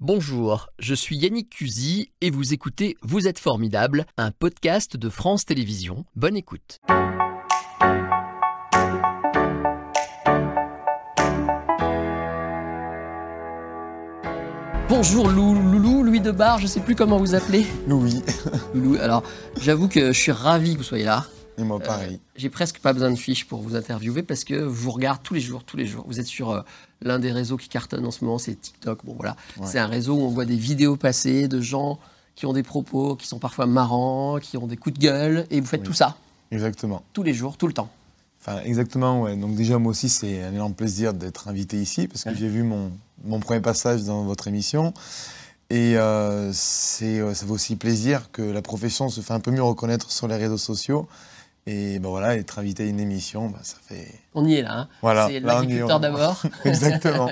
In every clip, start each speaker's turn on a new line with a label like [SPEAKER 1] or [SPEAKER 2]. [SPEAKER 1] Bonjour, je suis Yannick Cusy et vous écoutez Vous êtes formidable, un podcast de France Télévisions. Bonne écoute. Bonjour Lou- Loulou, Louis de Barre, je sais plus comment vous appelez.
[SPEAKER 2] Oui,
[SPEAKER 1] Loulou, alors j'avoue que je suis ravi que vous soyez là.
[SPEAKER 2] et moi pareil.
[SPEAKER 1] J'ai presque pas besoin de fiches pour vous interviewer parce que je vous regarde tous les jours, tous les jours. Vous êtes sur euh, l'un des réseaux qui cartonne en ce moment, c'est TikTok. Bon voilà,
[SPEAKER 2] Ouais.
[SPEAKER 1] c'est un réseau où on voit des vidéos passer de gens qui ont des propos qui sont parfois marrants, qui ont des coups de gueule, et vous faites
[SPEAKER 2] Oui.
[SPEAKER 1] tout ça
[SPEAKER 2] Exactement.
[SPEAKER 1] tous les jours, tout le temps.
[SPEAKER 2] Enfin, exactement, ouais. Donc déjà, moi aussi, c'est un énorme plaisir d'être invité ici parce que
[SPEAKER 1] Ouais.
[SPEAKER 2] j'ai vu mon, mon premier passage dans votre émission. Et euh, c'est, euh, ça fait aussi plaisir que la profession se fait un peu mieux reconnaître sur les réseaux sociaux. Et ben voilà, être invité à une émission, ben, ça fait...
[SPEAKER 1] On y est là. hein.
[SPEAKER 2] Voilà,
[SPEAKER 1] c'est
[SPEAKER 2] là, on y est,
[SPEAKER 1] l'agriculteur
[SPEAKER 2] on-
[SPEAKER 1] d'abord.
[SPEAKER 2] Exactement.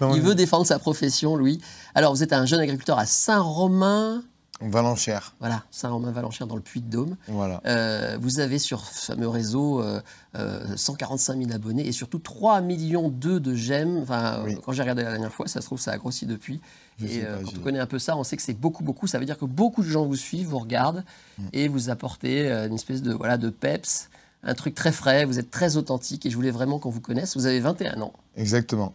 [SPEAKER 2] Donc,
[SPEAKER 1] Il veut défendre sa profession, lui. Alors vous êtes un jeune agriculteur à Saint-Romain,
[SPEAKER 2] Valenchère,
[SPEAKER 1] voilà, Saint-Romain-Valenchien dans le Puy-de-Dôme.
[SPEAKER 2] voilà.
[SPEAKER 1] Euh, vous avez sur ce fameux réseau euh, euh, 145 000 abonnés et surtout 3 millions de j'aime. Enfin, euh,
[SPEAKER 2] Oui.
[SPEAKER 1] quand j'ai regardé la dernière fois, ça se trouve ça a grossi depuis.
[SPEAKER 2] Je sais
[SPEAKER 1] et euh,
[SPEAKER 2] pas,
[SPEAKER 1] quand
[SPEAKER 2] j'ai-
[SPEAKER 1] on connaît un peu ça, on sait que c'est beaucoup, beaucoup. Ça veut dire que beaucoup de gens vous suivent, vous regardent
[SPEAKER 2] Mm.
[SPEAKER 1] et vous apportez euh, une espèce de voilà de peps, un truc très frais. Vous êtes très authentique et je voulais vraiment qu'on vous connaisse. Vous avez 21 ans.
[SPEAKER 2] Exactement.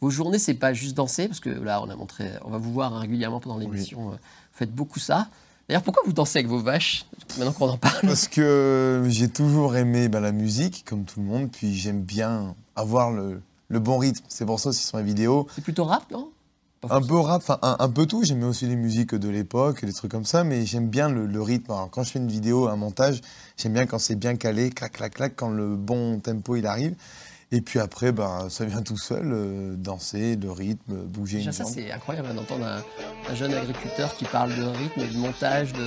[SPEAKER 1] Vos journées, c'est pas juste danser, parce que là, on a montré, on va vous voir hein, régulièrement pendant l'émission. euh, Vous faites beaucoup ça. D'ailleurs, pourquoi vous dansez avec vos vaches Maintenant qu'on en parle.
[SPEAKER 2] Parce que j'ai toujours aimé ben, la musique, comme tout le monde, puis j'aime bien avoir le, le bon rythme. C'est pour ça aussi sur ma vidéo,
[SPEAKER 1] C'est plutôt rap, non Pas
[SPEAKER 2] un
[SPEAKER 1] forcément.
[SPEAKER 2] peu rap, enfin un, un peu tout. J'aimais aussi les musiques de l'époque, les trucs comme ça, mais j'aime bien le, le rythme. Alors, quand je fais une vidéo, un montage, j'aime bien quand c'est bien calé, clac, clac, clac, quand le bon tempo il arrive. Et puis après, ben, ça vient tout seul, euh, danser, le rythme, bouger
[SPEAKER 1] Déjà,
[SPEAKER 2] une
[SPEAKER 1] ça,
[SPEAKER 2] jambe.
[SPEAKER 1] c'est incroyable hein, d'entendre un, un jeune agriculteur qui parle de rythme et de montage. De,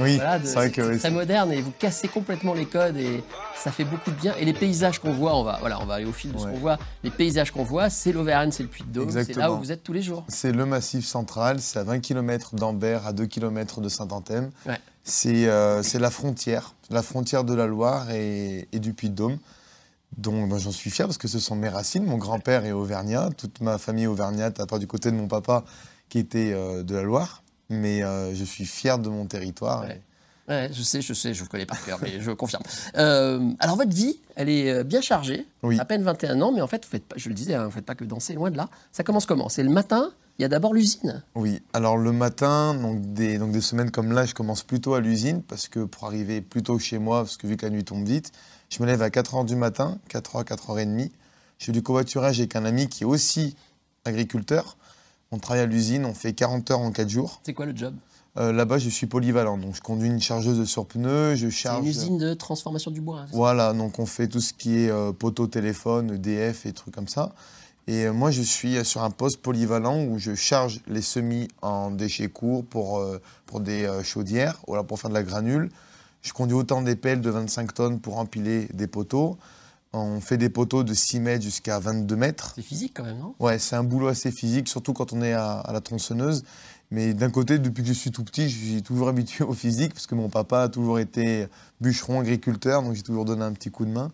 [SPEAKER 2] Oui,
[SPEAKER 1] voilà, de-
[SPEAKER 2] c'est vrai que
[SPEAKER 1] très
[SPEAKER 2] oui, c'est-
[SPEAKER 1] moderne et vous cassez complètement les codes et ça fait beaucoup de bien. Et les paysages qu'on voit, on va, voilà, on va aller au fil de ce
[SPEAKER 2] Ouais.
[SPEAKER 1] qu'on voit. Les paysages qu'on voit, c'est l'Auvergne, c'est le Puy-de-Dôme, c'est là
[SPEAKER 2] Exactement.
[SPEAKER 1] où vous êtes tous les jours.
[SPEAKER 2] c'est le massif central, c'est à 20 km d'Ambert, à 2 km de Saint-Anthème.
[SPEAKER 1] Ouais.
[SPEAKER 2] C'est euh, c'est la frontière, la frontière de la Loire et, et du Puy-de-Dôme. Donc ben, j'en suis fier parce que ce sont mes racines. Mon grand-père est auvergnat, toute ma famille est auvergnate, à part du côté de mon papa qui était euh, de la Loire. Mais euh, je suis fier de mon territoire.
[SPEAKER 1] Ouais. Ouais, je sais, je sais, je vous connais par cœur, mais je confirme. Euh, alors, votre vie, elle est euh, bien chargée.
[SPEAKER 2] Oui.
[SPEAKER 1] À peine 21 ans, mais en fait, vous faites pas, je le disais, hein, vous ne faites pas que danser, loin de là. Ça commence comment C'est le matin, il y a d'abord l'usine.
[SPEAKER 2] Oui, alors le matin, donc des, donc des semaines comme là, je commence plutôt à l'usine parce que pour arriver plus tôt chez moi, parce que vu que la nuit tombe vite, je me lève à 4h du matin, 4h, 4h30. Je fais du covoiturage avec un ami qui est aussi agriculteur. On travaille à l'usine, on fait 40 heures en 4 jours.
[SPEAKER 1] C'est quoi le job
[SPEAKER 2] Euh, Là-bas, je suis polyvalent, donc je conduis une chargeuse de surpneus, je
[SPEAKER 1] C'est
[SPEAKER 2] charge. euh,
[SPEAKER 1] une usine de transformation du bois. hein, c'est ça
[SPEAKER 2] Voilà, donc on fait tout ce qui est euh, poteau téléphone, EDF et trucs comme ça. Et euh, moi, je suis euh, sur un poste polyvalent où je charge les semis en déchets courts pour, euh, pour des euh, chaudières, voilà, pour faire de la granule. Je conduis autant des pelles de 25 tonnes pour empiler des poteaux. On fait des poteaux de 6 mètres jusqu'à 22 mètres.
[SPEAKER 1] C'est physique quand même, non
[SPEAKER 2] Ouais, c'est un boulot assez physique, surtout quand on est à, à la tronçonneuse. Mais d'un côté, depuis que je suis tout petit, je suis toujours habitué au physique, parce que mon papa a toujours été bûcheron, agriculteur, donc j'ai toujours donné un petit coup de main.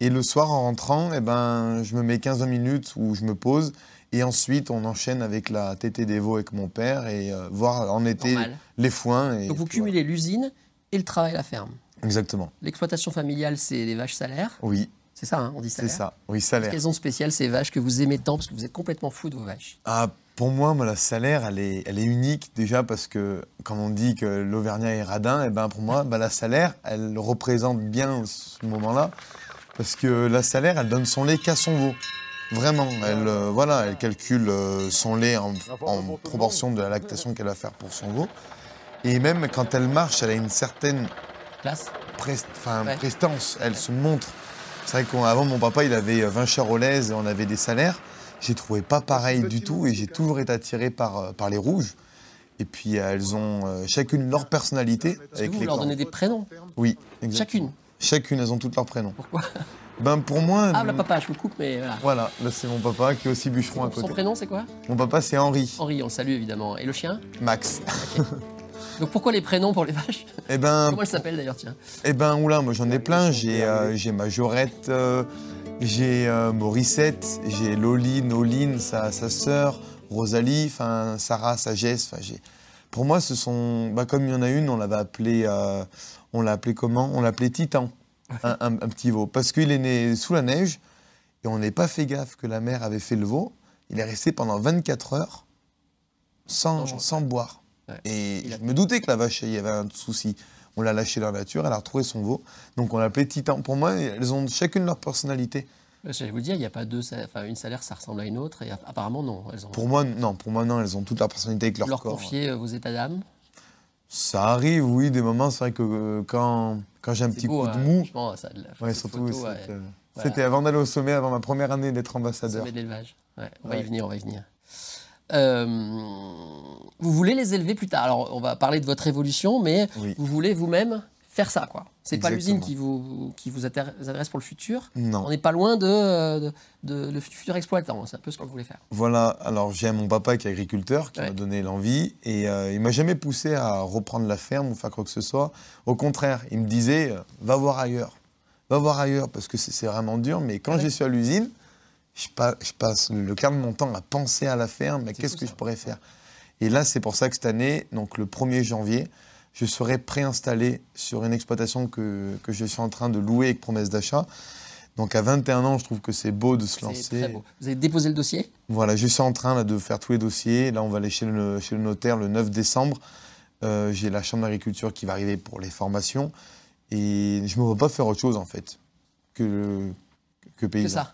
[SPEAKER 2] Et le soir, en rentrant, eh ben, je me mets 15 minutes où je me pose. Et ensuite, on enchaîne avec la tétée des veaux avec mon père et euh, voir en été
[SPEAKER 1] Normal.
[SPEAKER 2] les foins. Et
[SPEAKER 1] Donc vous
[SPEAKER 2] puis voilà.
[SPEAKER 1] cumulez l'usine et le travail à la ferme.
[SPEAKER 2] Exactement.
[SPEAKER 1] L'exploitation familiale, c'est les vaches salaires.
[SPEAKER 2] Oui,
[SPEAKER 1] C'est ça, hein, on dit
[SPEAKER 2] c'est
[SPEAKER 1] salaire.
[SPEAKER 2] ça. Oui, salaire.
[SPEAKER 1] Qu'elles ont de spécial ces vaches que vous aimez tant parce que vous êtes complètement fou de vos vaches
[SPEAKER 2] Ah, pour moi, moi, la salaire, elle est, elle est unique déjà parce que, comme on dit que l'Auvergnat est radin, et ben pour moi, ben, la salaire, elle représente bien ce moment-là parce que la salaire, elle donne son lait qu'à son veau. Vraiment, elle, euh, voilà, elle calcule euh, son lait en, en proportion de la lactation qu'elle va faire pour son veau. Et même quand elle marche, elle a une certaine
[SPEAKER 1] Classe
[SPEAKER 2] prest- enfin,
[SPEAKER 1] Ouais.
[SPEAKER 2] prestance, elle se montre. C'est vrai qu'avant, mon papa, il avait euh, 20 charolaises, on avait des salaires. J'ai trouvé
[SPEAKER 1] Ah,
[SPEAKER 2] pas pareil du tout et j'ai toujours été attiré par, euh, par les rouges. Et puis, euh, elles ont euh, chacune leur personnalité.
[SPEAKER 1] Est-ce Ah, que vous, vous
[SPEAKER 2] les
[SPEAKER 1] leur
[SPEAKER 2] cornes.
[SPEAKER 1] donnez des prénoms
[SPEAKER 2] Oui, exact.
[SPEAKER 1] Chacune
[SPEAKER 2] Chacune, elles ont toutes leurs prénoms.
[SPEAKER 1] Pourquoi
[SPEAKER 2] Ben, pour moi.
[SPEAKER 1] Ah, là,
[SPEAKER 2] euh,
[SPEAKER 1] papa, je vous coupe, mais voilà.
[SPEAKER 2] Voilà, là, c'est mon papa qui est aussi bûcheron à
[SPEAKER 1] Son
[SPEAKER 2] côté.
[SPEAKER 1] prénom, c'est quoi
[SPEAKER 2] Mon papa, c'est Henri,
[SPEAKER 1] Henri, on le salue évidemment. Et le chien
[SPEAKER 2] Max.
[SPEAKER 1] Oh. Donc pourquoi les prénoms pour les vaches
[SPEAKER 2] Eh ben,
[SPEAKER 1] Comment elle s'appelle d'ailleurs, tiens
[SPEAKER 2] Eh ben oula, moi j'en ai plein. J'ai euh, j'ai Majorette, euh, j'ai euh, Morissette, j'ai Loline, Oline, sa, sa sœur, Rosalie, enfin Sarah Sagesse. Enfin, j'ai- pour moi, ce sont, bah, comme il y en a une, on l'avait appelé, euh, on l'a appelé comment On l'appelait Titan, un, un- un petit veau, parce qu'il est né sous la neige et on n'est pas fait gaffe que la mère avait fait le veau. Il est resté pendant 24 heures sans,
[SPEAKER 1] Dangereux.
[SPEAKER 2] sans boire.
[SPEAKER 1] Ouais.
[SPEAKER 2] Et
[SPEAKER 1] Il a-
[SPEAKER 2] je me doutais que la vache, il y avait un souci. On l'a lâchée dans la nature, elle a retrouvé son veau. Donc on l'appelait Titan. Pour moi, elles ont chacune leur personnalité.
[SPEAKER 1] Euh, Je vais vous dire, il n'y a pas deux, sa- enfin une salaire, ça ressemble à une autre, et app- apparemment non. Elles ont
[SPEAKER 2] Pour moi, non, pour moi, non, elles ont toute leur personnalité avec leur,
[SPEAKER 1] leur
[SPEAKER 2] corps.
[SPEAKER 1] confier euh, vos états d'âme.
[SPEAKER 2] Ça arrive, oui, des moments, c'est vrai que euh, quand, quand j'ai un
[SPEAKER 1] C'est
[SPEAKER 2] petit
[SPEAKER 1] beau,
[SPEAKER 2] coup de
[SPEAKER 1] hein,
[SPEAKER 2] mou,
[SPEAKER 1] franchement, ça a de la-
[SPEAKER 2] ouais,
[SPEAKER 1] cette
[SPEAKER 2] surtout,
[SPEAKER 1] photo,
[SPEAKER 2] c'est,
[SPEAKER 1] ouais,
[SPEAKER 2] euh,
[SPEAKER 1] voilà.
[SPEAKER 2] c'était avant d'aller au sommet, avant ma première année d'être ambassadeur.
[SPEAKER 1] sommet d'élevage. Ouais, on va
[SPEAKER 2] Ouais.
[SPEAKER 1] y venir, on va y venir. Euh, vous voulez les élever plus tard. Alors, on va parler de votre évolution, mais
[SPEAKER 2] Oui.
[SPEAKER 1] vous voulez vous-même faire ça, quoi. C'est pas l'usine
[SPEAKER 2] Exactement.
[SPEAKER 1] qui vous, qui vous intér- vous intéresse pour le futur. On
[SPEAKER 2] Non,
[SPEAKER 1] n'est pas loin de, euh, de, de- le futur exploitant. C'est un peu ce que vous voulez faire.
[SPEAKER 2] voilà, alors j'ai mon papa qui est agriculteur, qui
[SPEAKER 1] Ouais.
[SPEAKER 2] m'a donné l'envie, et euh, il m'a jamais poussé à reprendre la ferme ou faire quoi que ce soit. Au contraire, il me disait, euh, va voir ailleurs, va voir ailleurs, parce que c'est, c'est vraiment dur, mais quand
[SPEAKER 1] Ouais.
[SPEAKER 2] je suis à l'usine, je, pa- je passe le quart de mon temps à penser à la ferme, mais
[SPEAKER 1] C'est
[SPEAKER 2] qu'est-ce
[SPEAKER 1] fou,
[SPEAKER 2] que
[SPEAKER 1] ça.
[SPEAKER 2] je pourrais faire Et là, c'est pour ça que cette année, donc le 1er janvier, je serai préinstallé sur une exploitation que, que je suis en train de louer avec promesse d'achat. Donc à 21 ans, je trouve que c'est beau de se
[SPEAKER 1] C'est
[SPEAKER 2] lancer.
[SPEAKER 1] très beau. Vous avez déposé le dossier.
[SPEAKER 2] Voilà, je suis en train là, de faire tous les dossiers. Là, on va aller chez le, chez le notaire le 9 décembre. Euh, J'ai la chambre d'agriculture qui va arriver pour les formations. Et je ne me vois pas faire autre chose, en fait, que, que
[SPEAKER 1] C'est
[SPEAKER 2] paysan.
[SPEAKER 1] ça.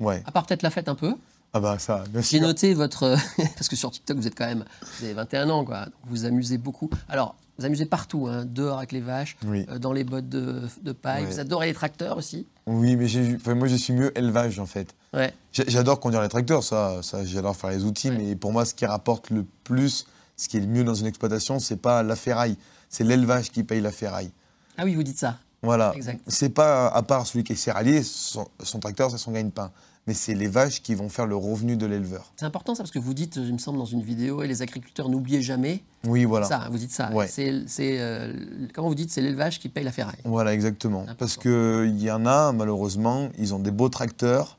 [SPEAKER 2] Ouais.
[SPEAKER 1] À part peut-être la fête un peu.
[SPEAKER 2] Ah bah ça, bien
[SPEAKER 1] J'ai
[SPEAKER 2] sûr.
[SPEAKER 1] noté votre. Parce que sur TikTok, vous êtes quand même. Vous avez 21 ans, quoi. Donc, vous vous amusez beaucoup. Alors, vous vous amusez partout, hein, dehors avec les vaches,
[SPEAKER 2] Oui.
[SPEAKER 1] euh, dans les bottes de, de paille.
[SPEAKER 2] Ouais.
[SPEAKER 1] Vous adorez les tracteurs aussi.
[SPEAKER 2] Oui, mais j'ai- enfin, moi, je suis mieux élevage, en fait.
[SPEAKER 1] Ouais.
[SPEAKER 2] J'a- J'adore conduire les tracteurs, ça, ça j'adore faire les outils,
[SPEAKER 1] Ouais.
[SPEAKER 2] mais pour moi, ce qui rapporte le plus, ce qui est le mieux dans une exploitation, c'est pas la ferraille, c'est l'élevage qui paye la ferraille.
[SPEAKER 1] Ah oui, vous dites ça.
[SPEAKER 2] Voilà.
[SPEAKER 1] Exact.
[SPEAKER 2] C'est pas, à part celui qui est céréalier, son, son tracteur, c'est son gagne-pain. Mais c'est les vaches qui vont faire le revenu de l'éleveur.
[SPEAKER 1] C'est important ça, parce que vous dites, euh, il me semble, dans une vidéo, et les agriculteurs, n'oubliez jamais
[SPEAKER 2] Oui, voilà.
[SPEAKER 1] ça. hein, Vous dites ça.
[SPEAKER 2] Ouais.
[SPEAKER 1] C'est, c'est, euh, comment vous dites C'est l'élevage qui paye la ferraille.
[SPEAKER 2] Voilà, exactement. Parce
[SPEAKER 1] Important.
[SPEAKER 2] qu'il y en a, malheureusement, ils ont des beaux tracteurs,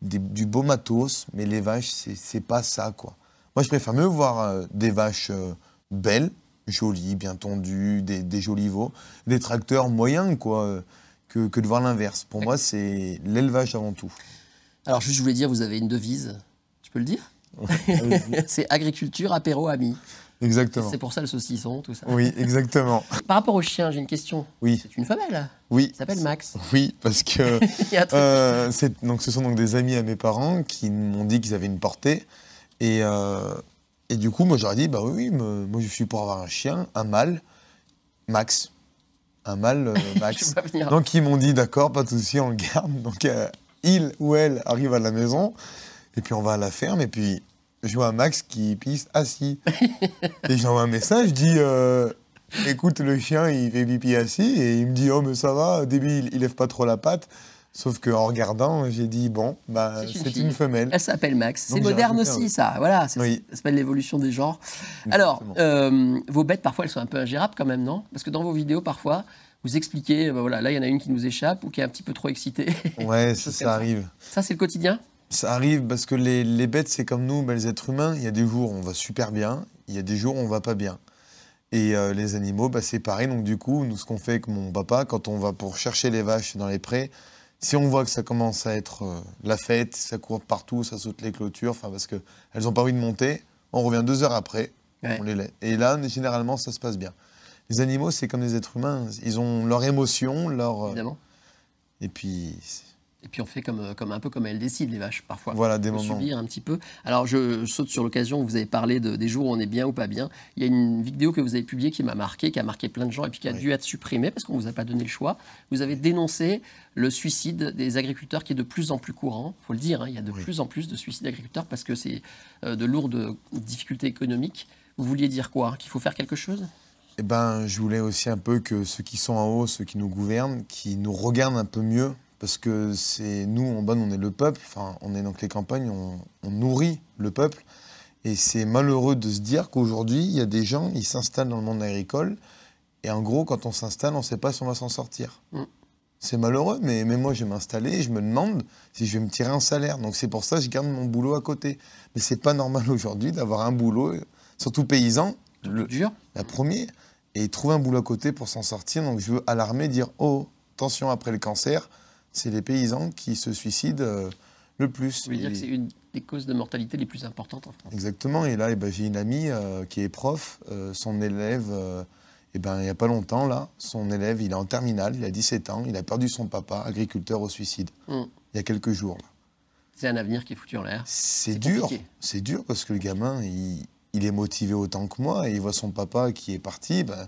[SPEAKER 2] des- du beau matos, mais les vaches, c'est- c'est pas ça, quoi. Moi, je préfère mieux voir euh, des vaches euh, belles, jolies, bien tondues, des, des jolis veaux, des tracteurs moyens, quoi, euh, que, que de voir l'inverse. Pour moi, c'est l'élevage avant tout.
[SPEAKER 1] Alors, juste, je voulais dire, vous avez une devise. Je peux le dire C'est agriculture, apéro, ami.
[SPEAKER 2] exactement.
[SPEAKER 1] C'est pour ça le saucisson, tout ça.
[SPEAKER 2] Oui, exactement.
[SPEAKER 1] Par rapport au chien, j'ai une question.
[SPEAKER 2] Oui,
[SPEAKER 1] C'est une femelle.
[SPEAKER 2] oui.
[SPEAKER 1] Il s'appelle Max.
[SPEAKER 2] Oui, parce que
[SPEAKER 1] Il y a un truc-
[SPEAKER 2] euh, c'est- donc ce sont donc des amis à mes parents qui m'ont dit qu'ils avaient une portée et euh, et du coup moi j'aurais dit bah oui oui, me- moi je suis pour avoir un chien, un mâle, Max, un mâle euh,
[SPEAKER 1] Je
[SPEAKER 2] Max.
[SPEAKER 1] peux pas venir.
[SPEAKER 2] donc ils m'ont dit d'accord, pas de souci, on le garde. Donc euh, il ou elle arrive à la maison et puis on va à la ferme et puis je vois Max qui pisse assis et j'envoie un message, je dis euh, Écoute, le chien, il fait pipi assis et il me dit Oh, mais ça va. Au début, il, il lève pas trop la patte. Sauf qu'en regardant, j'ai dit Bon, bah,
[SPEAKER 1] C'est une
[SPEAKER 2] c'est
[SPEAKER 1] fille.
[SPEAKER 2] une femelle.
[SPEAKER 1] Elle s'appelle Max.
[SPEAKER 2] Donc,
[SPEAKER 1] C'est
[SPEAKER 2] j'ai
[SPEAKER 1] moderne
[SPEAKER 2] rajouté un-
[SPEAKER 1] aussi, ça. Voilà, c'est-
[SPEAKER 2] Oui.
[SPEAKER 1] ça s'appelle l'évolution des genres. Alors,
[SPEAKER 2] Exactement.
[SPEAKER 1] euh, vos bêtes, parfois, elles sont un peu ingérables quand même, non Parce que dans vos vidéos, parfois, vous expliquez, ben voilà, là, il y en a une qui nous échappe ou qui est un petit peu trop excitée.
[SPEAKER 2] Ouais, ça,
[SPEAKER 1] chose
[SPEAKER 2] ça
[SPEAKER 1] comme ça.
[SPEAKER 2] arrive.
[SPEAKER 1] ça, c'est le quotidien
[SPEAKER 2] Ça arrive parce que les, les bêtes, c'est comme nous, bah, les êtres humains. Il y a des jours où on va super bien, il y a des jours où on va pas bien. Et euh, les animaux, bah, c'est pareil. Donc, du coup, nous, ce qu'on fait avec mon papa, quand on va pour chercher les vaches dans les prés, si on voit que ça commence à être euh, la fête, ça court partout, ça saute les clôtures, enfin, parce qu'elles n'ont pas envie de monter, on revient deux heures après,
[SPEAKER 1] Ouais.
[SPEAKER 2] on les laisse. Et là, généralement, ça se passe bien. Les animaux, c'est comme les êtres humains. Ils ont leur émotion, leur.
[SPEAKER 1] Évidemment.
[SPEAKER 2] Et puis,
[SPEAKER 1] Et puis, on fait comme, euh, comme un peu comme elles décident, les vaches, parfois.
[SPEAKER 2] voilà des
[SPEAKER 1] Faut
[SPEAKER 2] moments.
[SPEAKER 1] subir un petit peu. Alors, je, je saute sur l'occasion où vous avez parlé de- des jours où on est bien ou pas bien. Il y a une vidéo que vous avez publiée qui m'a marqué, qui a marqué plein de gens et puis qui a
[SPEAKER 2] Oui.
[SPEAKER 1] dû être supprimée parce qu'on ne vous a pas donné le choix. Vous avez dénoncé le suicide des agriculteurs qui est de plus en plus courant. Il faut le dire, hein, il y a de
[SPEAKER 2] Oui.
[SPEAKER 1] plus en plus de suicides d'agriculteurs parce que c'est euh, de lourdes difficultés économiques. Vous vouliez dire quoi Qu'il faut faire quelque chose
[SPEAKER 2] Eh ben, je voulais aussi un peu que ceux qui sont en haut, ceux qui nous gouvernent, qui nous regardent un peu mieux, parce que c'est nous en bonne, on est le peuple. Enfin, on est donc les campagnes, on, on nourrit le peuple, et c'est malheureux de se dire qu'aujourd'hui, il y a des gens, ils s'installent dans le monde agricole, et en gros, quand on s'installe, on ne sait pas si on va s'en sortir.
[SPEAKER 1] Mm.
[SPEAKER 2] C'est malheureux, mais, mais moi, je vais m'installer et je me demande si je vais me tirer un salaire. Donc, c'est pour ça que je garde mon boulot à côté. Mais c'est pas normal aujourd'hui d'avoir un boulot, surtout paysan,
[SPEAKER 1] Le dur.
[SPEAKER 2] la première, et trouver un boulot à côté pour s'en sortir. Donc, je veux alarmer, dire Oh, attention, après le cancer, c'est les paysans qui se suicident euh, le plus.
[SPEAKER 1] Je veux dire
[SPEAKER 2] Et-
[SPEAKER 1] que c'est une des causes de mortalité les plus importantes en France.
[SPEAKER 2] Exactement. Et là, eh ben, j'ai une amie euh, qui est prof. euh, son élève, euh, eh ben, il n'y a pas longtemps, là, son élève, il est en terminale, il a 17 ans, il a perdu son papa, agriculteur au suicide,
[SPEAKER 1] Mm.
[SPEAKER 2] il y a quelques jours. là.
[SPEAKER 1] C'est un avenir qui est foutu en l'air.
[SPEAKER 2] C'est
[SPEAKER 1] C'est
[SPEAKER 2] dur.
[SPEAKER 1] compliqué.
[SPEAKER 2] C'est dur parce que le gamin, il, il est motivé autant que moi et il voit son papa qui est parti. Ben,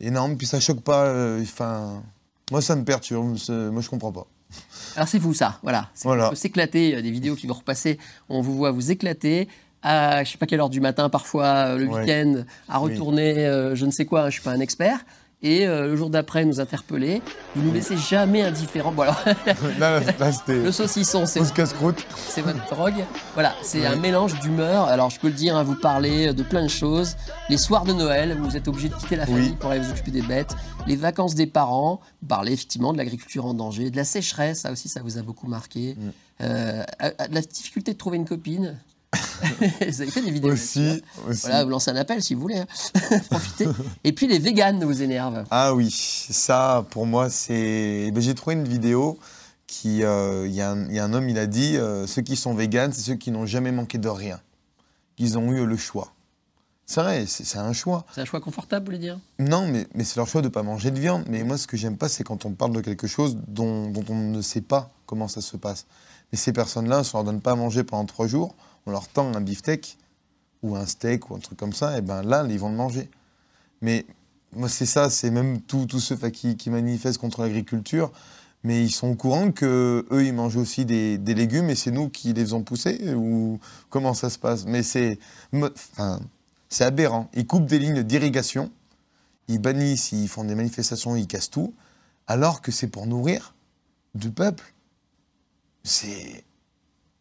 [SPEAKER 2] énorme. Puis ça choque pas. euh, Enfin, moi, ça me perturbe. c'est- Moi, je comprends pas.
[SPEAKER 1] Alors c'est vous ça, voilà. C'est
[SPEAKER 2] Voilà.
[SPEAKER 1] qu'on peut s'éclater, il y a des vidéos qui vont repasser, on vous voit vous éclater à je sais pas quelle heure du matin parfois, euh, le
[SPEAKER 2] Ouais.
[SPEAKER 1] week-end, à
[SPEAKER 2] Oui.
[SPEAKER 1] retourner euh, je ne sais quoi, hein, je suis pas un expert. Et euh, le jour d'après, nous interpeller. Vous nous laissez jamais indifférents. Bon, alors,
[SPEAKER 2] là, là, là, c'était.
[SPEAKER 1] le saucisson, c'est
[SPEAKER 2] fausse casse-croûte.
[SPEAKER 1] c'est votre drogue. Voilà, c'est un mélange d'humeur. Alors, je peux le dire, hein, vous parlez de plein de choses. Les soirs de Noël, vous êtes obligé de quitter la
[SPEAKER 2] Oui.
[SPEAKER 1] famille pour aller vous occuper des bêtes. Les vacances des parents, vous parlez effectivement de l'agriculture en danger, de la sécheresse, ça aussi, ça vous a beaucoup marqué.
[SPEAKER 2] Mm.
[SPEAKER 1] Euh, à- à- de la difficulté de trouver une copine. vous avez fait des vidéos. là-dessus,
[SPEAKER 2] Aussi. aussi.
[SPEAKER 1] hein. Voilà, vous lancez un appel si vous voulez. hein. Profitez. Et puis, les véganes vous énervent.
[SPEAKER 2] Ah oui, ça pour moi c'est. ben, J'ai trouvé une vidéo qui. euh, Il y, a un- il y a un homme, il a dit euh, ceux qui sont véganes, c'est ceux qui n'ont jamais manqué de rien. Ils ont eu le choix. C'est vrai, c'est c'est un choix.
[SPEAKER 1] C'est un choix confortable, vous voulez dire
[SPEAKER 2] Non, mais, mais c'est leur choix de ne pas manger de viande. Mais moi, ce que j'aime pas, c'est quand on parle de quelque chose dont, dont on ne sait pas comment ça se passe. Mais ces personnes-là, si on leur donne pas à manger pendant trois jours, on leur tend un beefsteak ou un steak ou un truc comme ça, et ben là, ils vont le manger. Mais moi, c'est ça, c'est même tous tous ceux enfin, qui, qui manifestent contre l'agriculture, mais ils sont au courant que eux, ils mangent aussi des, des légumes et c'est nous qui les faisons pousser ou comment ça se passe. Mais c'est, me- enfin, c'est aberrant. Ils coupent des lignes d'irrigation ils bannissent, ils font des manifestations, ils cassent tout, alors que c'est pour nourrir du peuple. C'est.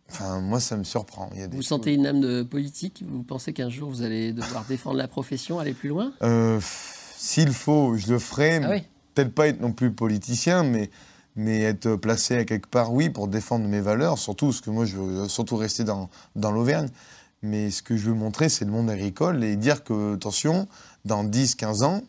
[SPEAKER 2] Enfin, moi, ça me surprend. Il y a des-
[SPEAKER 1] Vous sentez une âme de politique Vous pensez qu'un jour, vous allez devoir défendre la profession, aller plus loin
[SPEAKER 2] Euh, pff, S'il faut, je le ferai.
[SPEAKER 1] Ah
[SPEAKER 2] mais
[SPEAKER 1] oui
[SPEAKER 2] Peut-être pas être non plus politicien, mais, mais être placé à quelque part, oui, pour défendre mes valeurs, surtout, parce que moi, je veux surtout rester dans, dans l'Auvergne. Mais ce que je veux montrer, c'est le monde agricole et dire que, attention, dans 10-15 ans,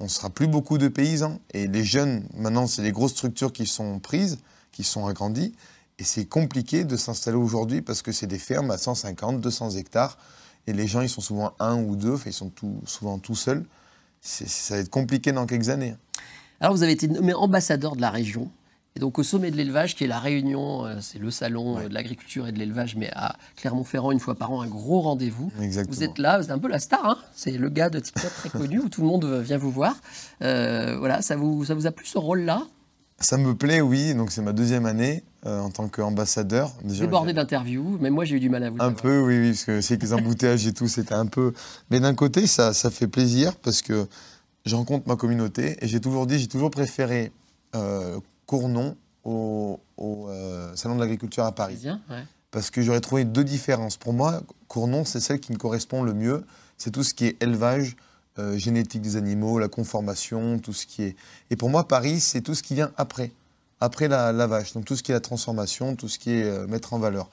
[SPEAKER 2] on sera plus beaucoup de paysans. Et les jeunes, maintenant, c'est les grosses structures qui sont prises, qui sont agrandies. Et c'est compliqué de s'installer aujourd'hui parce que c'est des fermes à 150, 200 hectares. Et les gens, ils sont souvent un ou deux, enfin, ils sont tout- souvent tout seuls. C'est- Ça va être compliqué dans quelques années.
[SPEAKER 1] Alors, vous avez été nommé ambassadeur de la région. Et donc, au sommet de l'élevage, qui est la réunion, euh, c'est le salon euh, de l'agriculture et de l'élevage, mais à Clermont-Ferrand, une fois par an, un gros rendez-vous.
[SPEAKER 2] Exactement.
[SPEAKER 1] Vous êtes là, vous êtes un peu la star, hein c'est le gars de TikTok très connu où tout le monde euh, vient vous voir. Euh, voilà, ça vous, ça vous a plu ce rôle-là
[SPEAKER 2] Ça me plaît, oui. Donc c'est ma deuxième année euh, en tant qu'ambassadeur. Déjà,
[SPEAKER 1] Débordé
[SPEAKER 2] j'ai-
[SPEAKER 1] d'interviews, mais moi j'ai eu du mal à vous
[SPEAKER 2] Un
[SPEAKER 1] savoir.
[SPEAKER 2] peu, oui, oui, parce que c'est que les embouteillages et tout, c'était un peu. Mais d'un côté, ça, ça fait plaisir parce que je rencontre ma communauté et j'ai toujours dit, j'ai toujours préféré euh, Cournon au, au, euh, Salon de l'Agriculture à Paris
[SPEAKER 1] Parisien, ouais.
[SPEAKER 2] parce que j'aurais trouvé deux différences. Pour moi, Cournon, c'est celle qui me correspond le mieux. C'est tout ce qui est élevage, euh, génétique des animaux, la conformation, tout ce qui est. Et pour moi, Paris, c'est tout ce qui vient après, après la, la vache. Donc tout ce qui est la transformation, tout ce qui est euh, mettre en valeur.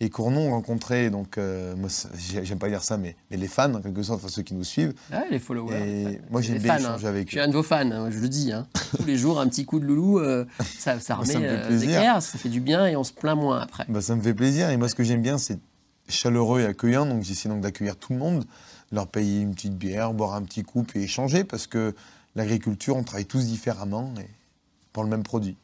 [SPEAKER 2] Et Cournon rencontrait, donc, euh, moi, c'est- j'ai- j'aime pas dire ça, mais, mais les fans, en quelque sorte, enfin, ceux qui nous suivent.
[SPEAKER 1] Ouais, les followers. les
[SPEAKER 2] Et
[SPEAKER 1] fans.
[SPEAKER 2] moi,
[SPEAKER 1] Les
[SPEAKER 2] j'aime bien
[SPEAKER 1] fans,
[SPEAKER 2] échanger
[SPEAKER 1] hein.
[SPEAKER 2] avec
[SPEAKER 1] Je suis
[SPEAKER 2] eux.
[SPEAKER 1] un de vos fans, hein, je le dis. hein. Tous les jours, un petit coup de loulou, euh, ça, ça
[SPEAKER 2] Moi,
[SPEAKER 1] remet
[SPEAKER 2] ça me fait
[SPEAKER 1] euh, des
[SPEAKER 2] plaisir.
[SPEAKER 1] éclairs, ça fait du bien et on se plaint moins après.
[SPEAKER 2] Bah, ça me fait plaisir. Et moi, ce que j'aime bien, c'est chaleureux et accueillant. Donc, j'essaie donc d'accueillir tout le monde, leur payer une petite bière, boire un petit coup, et échanger. Parce que l'agriculture, on travaille tous différemment et pour le même produit.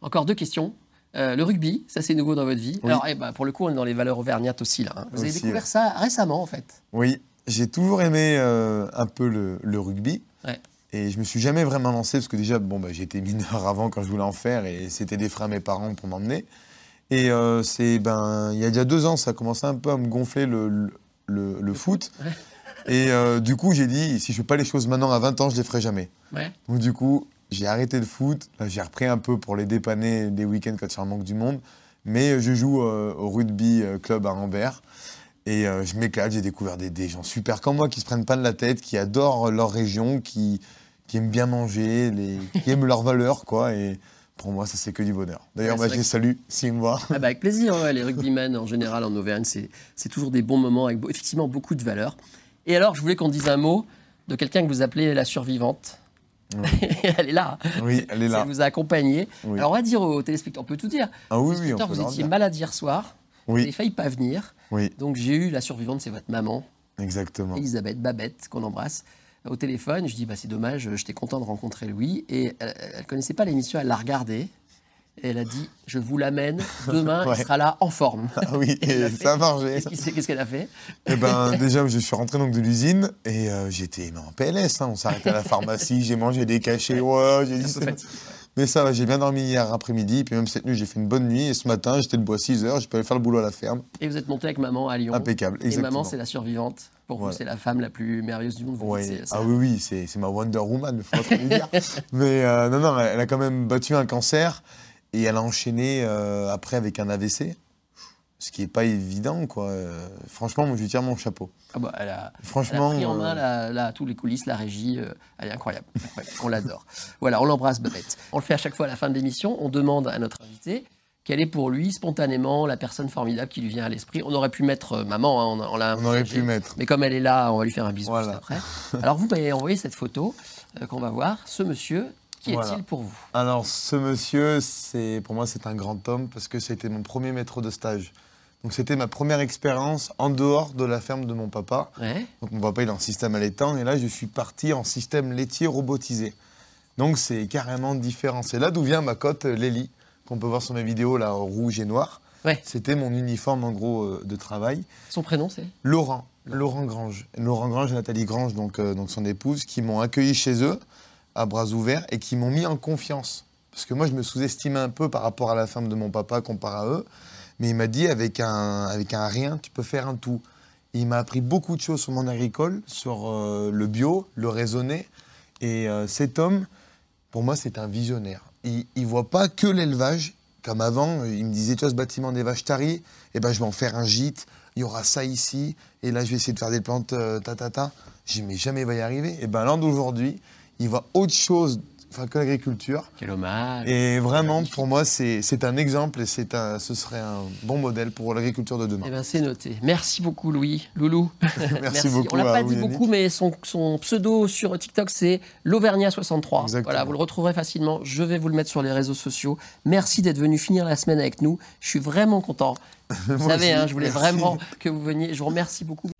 [SPEAKER 1] Encore deux questions. Euh, le rugby, ça c'est nouveau dans votre vie.
[SPEAKER 2] Oui.
[SPEAKER 1] Alors, eh ben, pour le coup, on est dans les valeurs auvergnates aussi là. hein. Vous avez
[SPEAKER 2] Aussi,
[SPEAKER 1] découvert
[SPEAKER 2] ouais.
[SPEAKER 1] ça récemment en fait.
[SPEAKER 2] Oui, j'ai toujours aimé euh, un peu le, le rugby.
[SPEAKER 1] Ouais.
[SPEAKER 2] Et je me suis jamais vraiment lancé parce que déjà, bon, bah, j'étais mineur avant quand je voulais en faire et c'était des freins à mes parents pour m'emmener. Et euh, c'est, ben, il y a déjà deux ans, ça a commencé un peu à me gonfler le, le, le- le foot. Et euh, du coup, j'ai dit, si je fais pas les choses maintenant à 20 ans, je les ferai jamais.
[SPEAKER 1] Ouais.
[SPEAKER 2] Donc du coup, j'ai arrêté le foot. Là, j'ai repris un peu pour les dépanner des week-ends quand il y a un manque du monde. Mais euh, je joue euh, au rugby euh, club à Anvers. Et euh, je m'éclate, j'ai découvert des, des gens super comme moi qui se prennent pas de la tête, qui adorent leur région, qui, qui aiment bien manger, les, qui aiment leurs valeurs, quoi. Et pour moi, ça, c'est que du bonheur. D'ailleurs,
[SPEAKER 1] Ouais, c'est
[SPEAKER 2] bah, je
[SPEAKER 1] vrai
[SPEAKER 2] les salue, s'ils me voient.
[SPEAKER 1] Ah bah, avec plaisir, ouais, les rugbymen en général en Auvergne, c'est c'est toujours des bons moments avec beau- effectivement beaucoup de valeur. Et alors, je voulais qu'on dise un mot de quelqu'un que vous appelez la survivante. elle est là,
[SPEAKER 2] Oui, elle est là.
[SPEAKER 1] elle vous a accompagné.
[SPEAKER 2] Oui.
[SPEAKER 1] Alors on va dire aux téléspectateurs, on peut tout dire.
[SPEAKER 2] Ah oui, oui, on
[SPEAKER 1] Téléspectateurs,
[SPEAKER 2] peut
[SPEAKER 1] vous
[SPEAKER 2] leur
[SPEAKER 1] étiez
[SPEAKER 2] dire.
[SPEAKER 1] malade hier soir, vous avez
[SPEAKER 2] Oui,
[SPEAKER 1] failli pas venir.
[SPEAKER 2] oui,
[SPEAKER 1] Donc j'ai eu la survivante, c'est votre maman,
[SPEAKER 2] exactement.
[SPEAKER 1] Elisabeth Babette, qu'on embrasse, au téléphone. Je dis, bah, c'est dommage, j'étais content de rencontrer Louis. Et elle, elle connaissait pas l'émission, elle l'a regardée. Et elle a dit, je vous l'amène, demain,
[SPEAKER 2] Ouais.
[SPEAKER 1] il sera là en forme.
[SPEAKER 2] Ah oui,
[SPEAKER 1] Elle
[SPEAKER 2] et
[SPEAKER 1] l'a fait.
[SPEAKER 2] ça a marché.
[SPEAKER 1] Qu'est-ce qu'il sait- qu'est-ce qu'elle a fait
[SPEAKER 2] Eh ben, déjà, je suis rentré donc de l'usine et euh, j'étais mais en PLS. hein. On s'arrêtait à la pharmacie, j'ai mangé des cachets. Ouais, j'ai dit.
[SPEAKER 1] Un peu
[SPEAKER 2] c'est-
[SPEAKER 1] fatigué.
[SPEAKER 2] Mais ça va, j'ai bien dormi hier après-midi. Puis même cette nuit, j'ai fait une bonne nuit. Et ce matin, j'étais debout à 6 heures. Je peux aller faire le boulot à la ferme.
[SPEAKER 1] Et vous êtes monté avec maman à Lyon.
[SPEAKER 2] Impeccable.
[SPEAKER 1] et
[SPEAKER 2] Ah, ben, Exactement.
[SPEAKER 1] maman, c'est la survivante. Pour
[SPEAKER 2] Voilà.
[SPEAKER 1] vous, c'est la femme la plus merveilleuse du monde. Vous
[SPEAKER 2] Ouais.
[SPEAKER 1] dites, c'est- c'est-
[SPEAKER 2] Ah oui, oui, c'est c'est ma Wonder Woman, il faut pas trop lui dire. Mais euh, non, non, elle a quand même battu un cancer et elle a enchaîné euh, après avec un AVC, ce qui n'est pas évident, quoi. Euh, franchement, moi, je lui tire mon chapeau.
[SPEAKER 1] ah bah, elle a, elle a
[SPEAKER 2] Franchement,
[SPEAKER 1] pris en
[SPEAKER 2] euh,
[SPEAKER 1] main la, la- tous les coulisses, la régie. euh, elle est incroyable. Ouais, on l'adore. Voilà, on l'embrasse, Babette. On le fait à chaque fois à la fin de l'émission. On demande à notre invité quelle est pour lui, spontanément, la personne formidable qui lui vient à l'esprit. On aurait pu mettre euh, maman, hein, on, a- on l'a
[SPEAKER 2] on aurait
[SPEAKER 1] envisagé.
[SPEAKER 2] pu mettre.
[SPEAKER 1] Mais comme elle est là, on va lui faire un bisou
[SPEAKER 2] Voilà.
[SPEAKER 1] juste après. Alors, vous m'avez envoyé cette photo euh, qu'on va voir. Ce monsieur, qui
[SPEAKER 2] Voilà.
[SPEAKER 1] est-il pour vous
[SPEAKER 2] Alors, ce monsieur, c'est pour moi, c'est un grand homme parce que c'était mon premier maître de stage. Donc, c'était ma première expérience en dehors de la ferme de mon papa.
[SPEAKER 1] Ouais.
[SPEAKER 2] Donc mon papa il est en système allaitant et là je suis parti en système laitier robotisé. Donc c'est carrément différent. C'est là d'où vient ma cote euh, Lely, qu'on peut voir sur mes vidéos là en rouge et noir.
[SPEAKER 1] Ouais.
[SPEAKER 2] C'était mon uniforme en gros euh, de travail.
[SPEAKER 1] Son prénom, c'est
[SPEAKER 2] Laurent, Laurent Grange, Laurent Grange et Nathalie Grange, donc, euh, donc son épouse, qui m'ont accueilli chez eux à bras ouverts et qui m'ont mis en confiance. Parce que moi, je me sous-estimais un peu par rapport à la femme de mon papa comparé à eux. Mais il m'a dit, avec un, avec un rien, tu peux faire un tout. Et il m'a appris beaucoup de choses sur mon agricole, sur euh, le bio, le raisonner. Et euh, cet homme, pour moi, c'est un visionnaire. Il ne voit pas que l'élevage. Comme avant, euh, il me disait, tu vois, ce bâtiment des vaches taries, eh ben, je vais en faire un gîte, il y aura ça ici, et là, je vais essayer de faire des plantes euh, ta ta ta. J'ai dit, mais jamais il va y arriver. Et ben là, d'aujourd'hui, il voit autre chose enfin, que l'agriculture.
[SPEAKER 1] Quel hommage.
[SPEAKER 2] Et vraiment, pour moi, c'est c'est un exemple et c'est un, ce serait un bon modèle pour l'agriculture de demain.
[SPEAKER 1] Eh ben, c'est noté. Merci beaucoup, Louis. Loulou.
[SPEAKER 2] Merci,
[SPEAKER 1] Eh ben,
[SPEAKER 2] beaucoup.
[SPEAKER 1] On l'a pas
[SPEAKER 2] à vous,
[SPEAKER 1] dit
[SPEAKER 2] Yannick.
[SPEAKER 1] beaucoup, mais son, son pseudo sur TikTok, c'est l'Auvergnat63.
[SPEAKER 2] Exactement.
[SPEAKER 1] Voilà, vous le retrouverez facilement. Je vais vous le mettre sur les réseaux sociaux. Merci d'être venu finir la semaine avec nous. Je suis vraiment content. Vous
[SPEAKER 2] Moi
[SPEAKER 1] savez,
[SPEAKER 2] aussi,
[SPEAKER 1] hein, je voulais
[SPEAKER 2] merci.
[SPEAKER 1] vraiment que vous veniez. Je vous remercie beaucoup.